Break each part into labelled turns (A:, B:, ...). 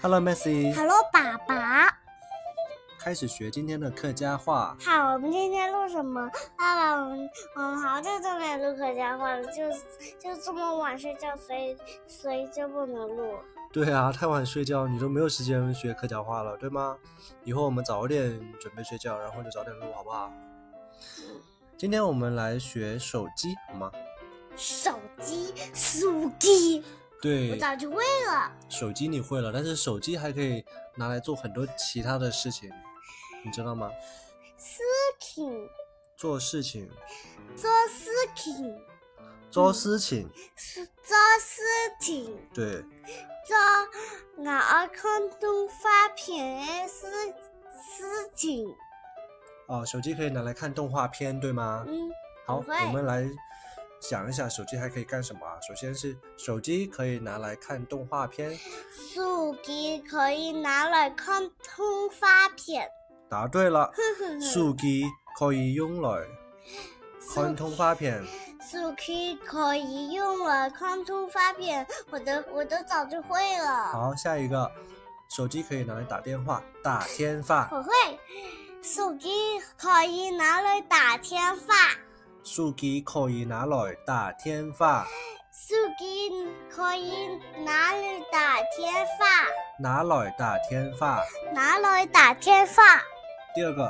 A: Hello, Messi，
B: Hello，爸爸。
A: 开始学今天的客家话。
B: 好，我们今天录什么？爸爸，我们我们好久都没录客家话了，就就这么晚睡觉，所以所以就不能录。
A: 对啊，太晚睡觉，你都没有时间学客家话了，对吗？以后我们早点准备睡觉，然后就早点录，好不好？
B: 嗯
A: 今天我们来学手机，好吗？
B: 手机，手机，我
A: 对，
B: 早就会了。
A: 手机你会了，但是手机还可以拿来做很多其他的事情，你知道吗？
B: 事情，
A: 做事情，
B: 做事情，嗯
A: 做事情，
B: 做事情，
A: 对，
B: 做熬空中发片的事事情。
A: 哦，手机可以拿来看动画片，对吗？
B: 嗯，
A: 好，
B: 不会
A: 我们来想一想手机还可以干什么啊？首先是手机可以拿来看动画片，
B: 手机可以拿来看通发片。
A: 答对了。
B: 嗯
A: 手机可以用来看动画片，
B: 手机可以用来看通发片，我都我都早就会了。
A: 好，下一个，手机可以拿来打电话，打天发。
B: 我会，手机可以拿来打天发，
A: 手机可以拿来打天发，
B: 手机可以拿来打天发，
A: 拿来打天发。
B: 拿来打天发，
A: 第二个，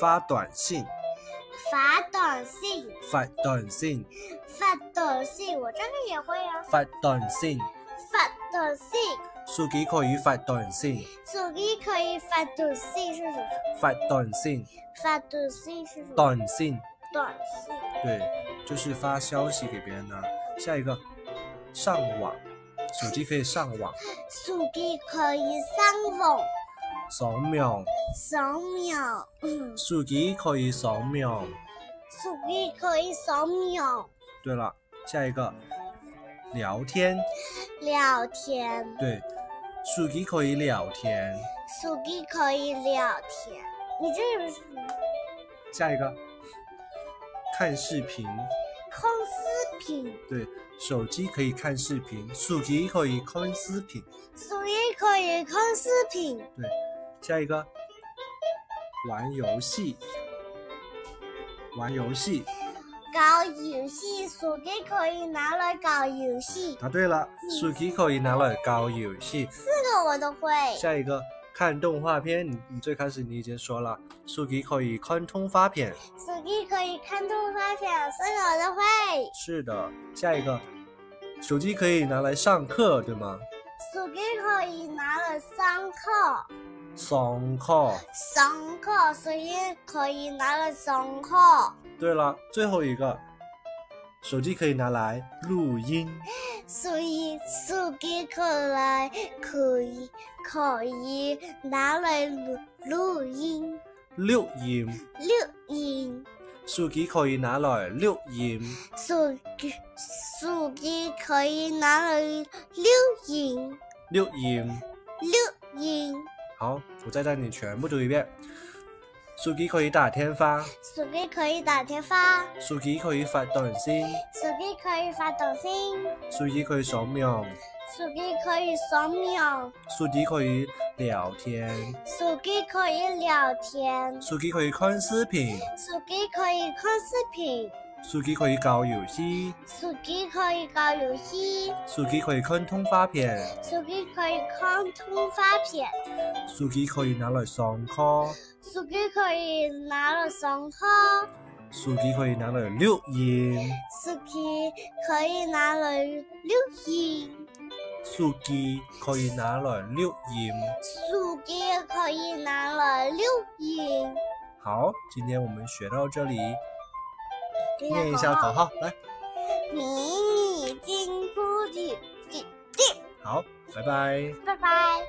A: 发短信，
B: 发短信，
A: 发短信，
B: 发短信，我这个也会啊，
A: 发短信。
B: 发短信，
A: 手机可以发短信，
B: 手机可以发短信是什么？
A: 发短信，
B: 发短信是什么？
A: 短信。
B: 短信。
A: 对，就是发消息给别人呢。下一个，上网，手机可以上网，
B: 手机可以上网，
A: 扫描，
B: 扫描，嗯
A: 手机可以扫描。
B: 手机可以扫描
A: 对了，下一个，聊天，
B: 聊天，
A: 对，手机可以聊天。
B: 手机可以聊天。你这个是什么？
A: 下一个，看视频，
B: 看视频，
A: 对，手机可以看视频，手机可以看视频。
B: 手机可以看视频，
A: 下一个，玩游戏，玩游戏。
B: 搞游戏，手机可以拿来搞游戏，
A: 答啊对了，手机可以拿来搞游戏。
B: 这个我都会。
A: 下一个看动画片，你你最开始你已经说了，手机可以看动画片。
B: 手机可以看动画片，这个我都会。
A: 是的，下一个，手机可以拿来上课，对吗？
B: 手机可以拿来上课。
A: 上课。
B: 上课，所以可以拿来上课。
A: 对了，最后一个，手机可以拿来录音。
B: 所以手机可来可以可以拿来录录音
A: 录音，
B: 录音。
A: 手机可以拿来录音。
B: 手机手机可以拿来录音
A: 录音。
B: 录音。
A: 好，我再带你全部读一遍。手机可以打天发，
B: 手机可以打电话，
A: 手机可以发短信。
B: 手机可以发短信，
A: 手机可以扫描，
B: 手机可以扫描，
A: 手机可以聊天，
B: 手机可以聊天，
A: 手机可以看视频，
B: 手机可以看视频。
A: 手机可以搞游戏，
B: 手机可以搞游戏，
A: 手机可以看通话片，
B: 手机可以看通发片，
A: 手机可以拿来上课，
B: 手机可以拿来上课，
A: 手机可以拿来录音，
B: 手机可以拿来录音，
A: 手机可以拿来录音。
B: 手机可以拿来录音。
A: 好，今天我们学到这里，念一下口
B: 号：
A: 号来。
B: 迷你金箍的的，
A: 好，拜拜。
B: 拜拜。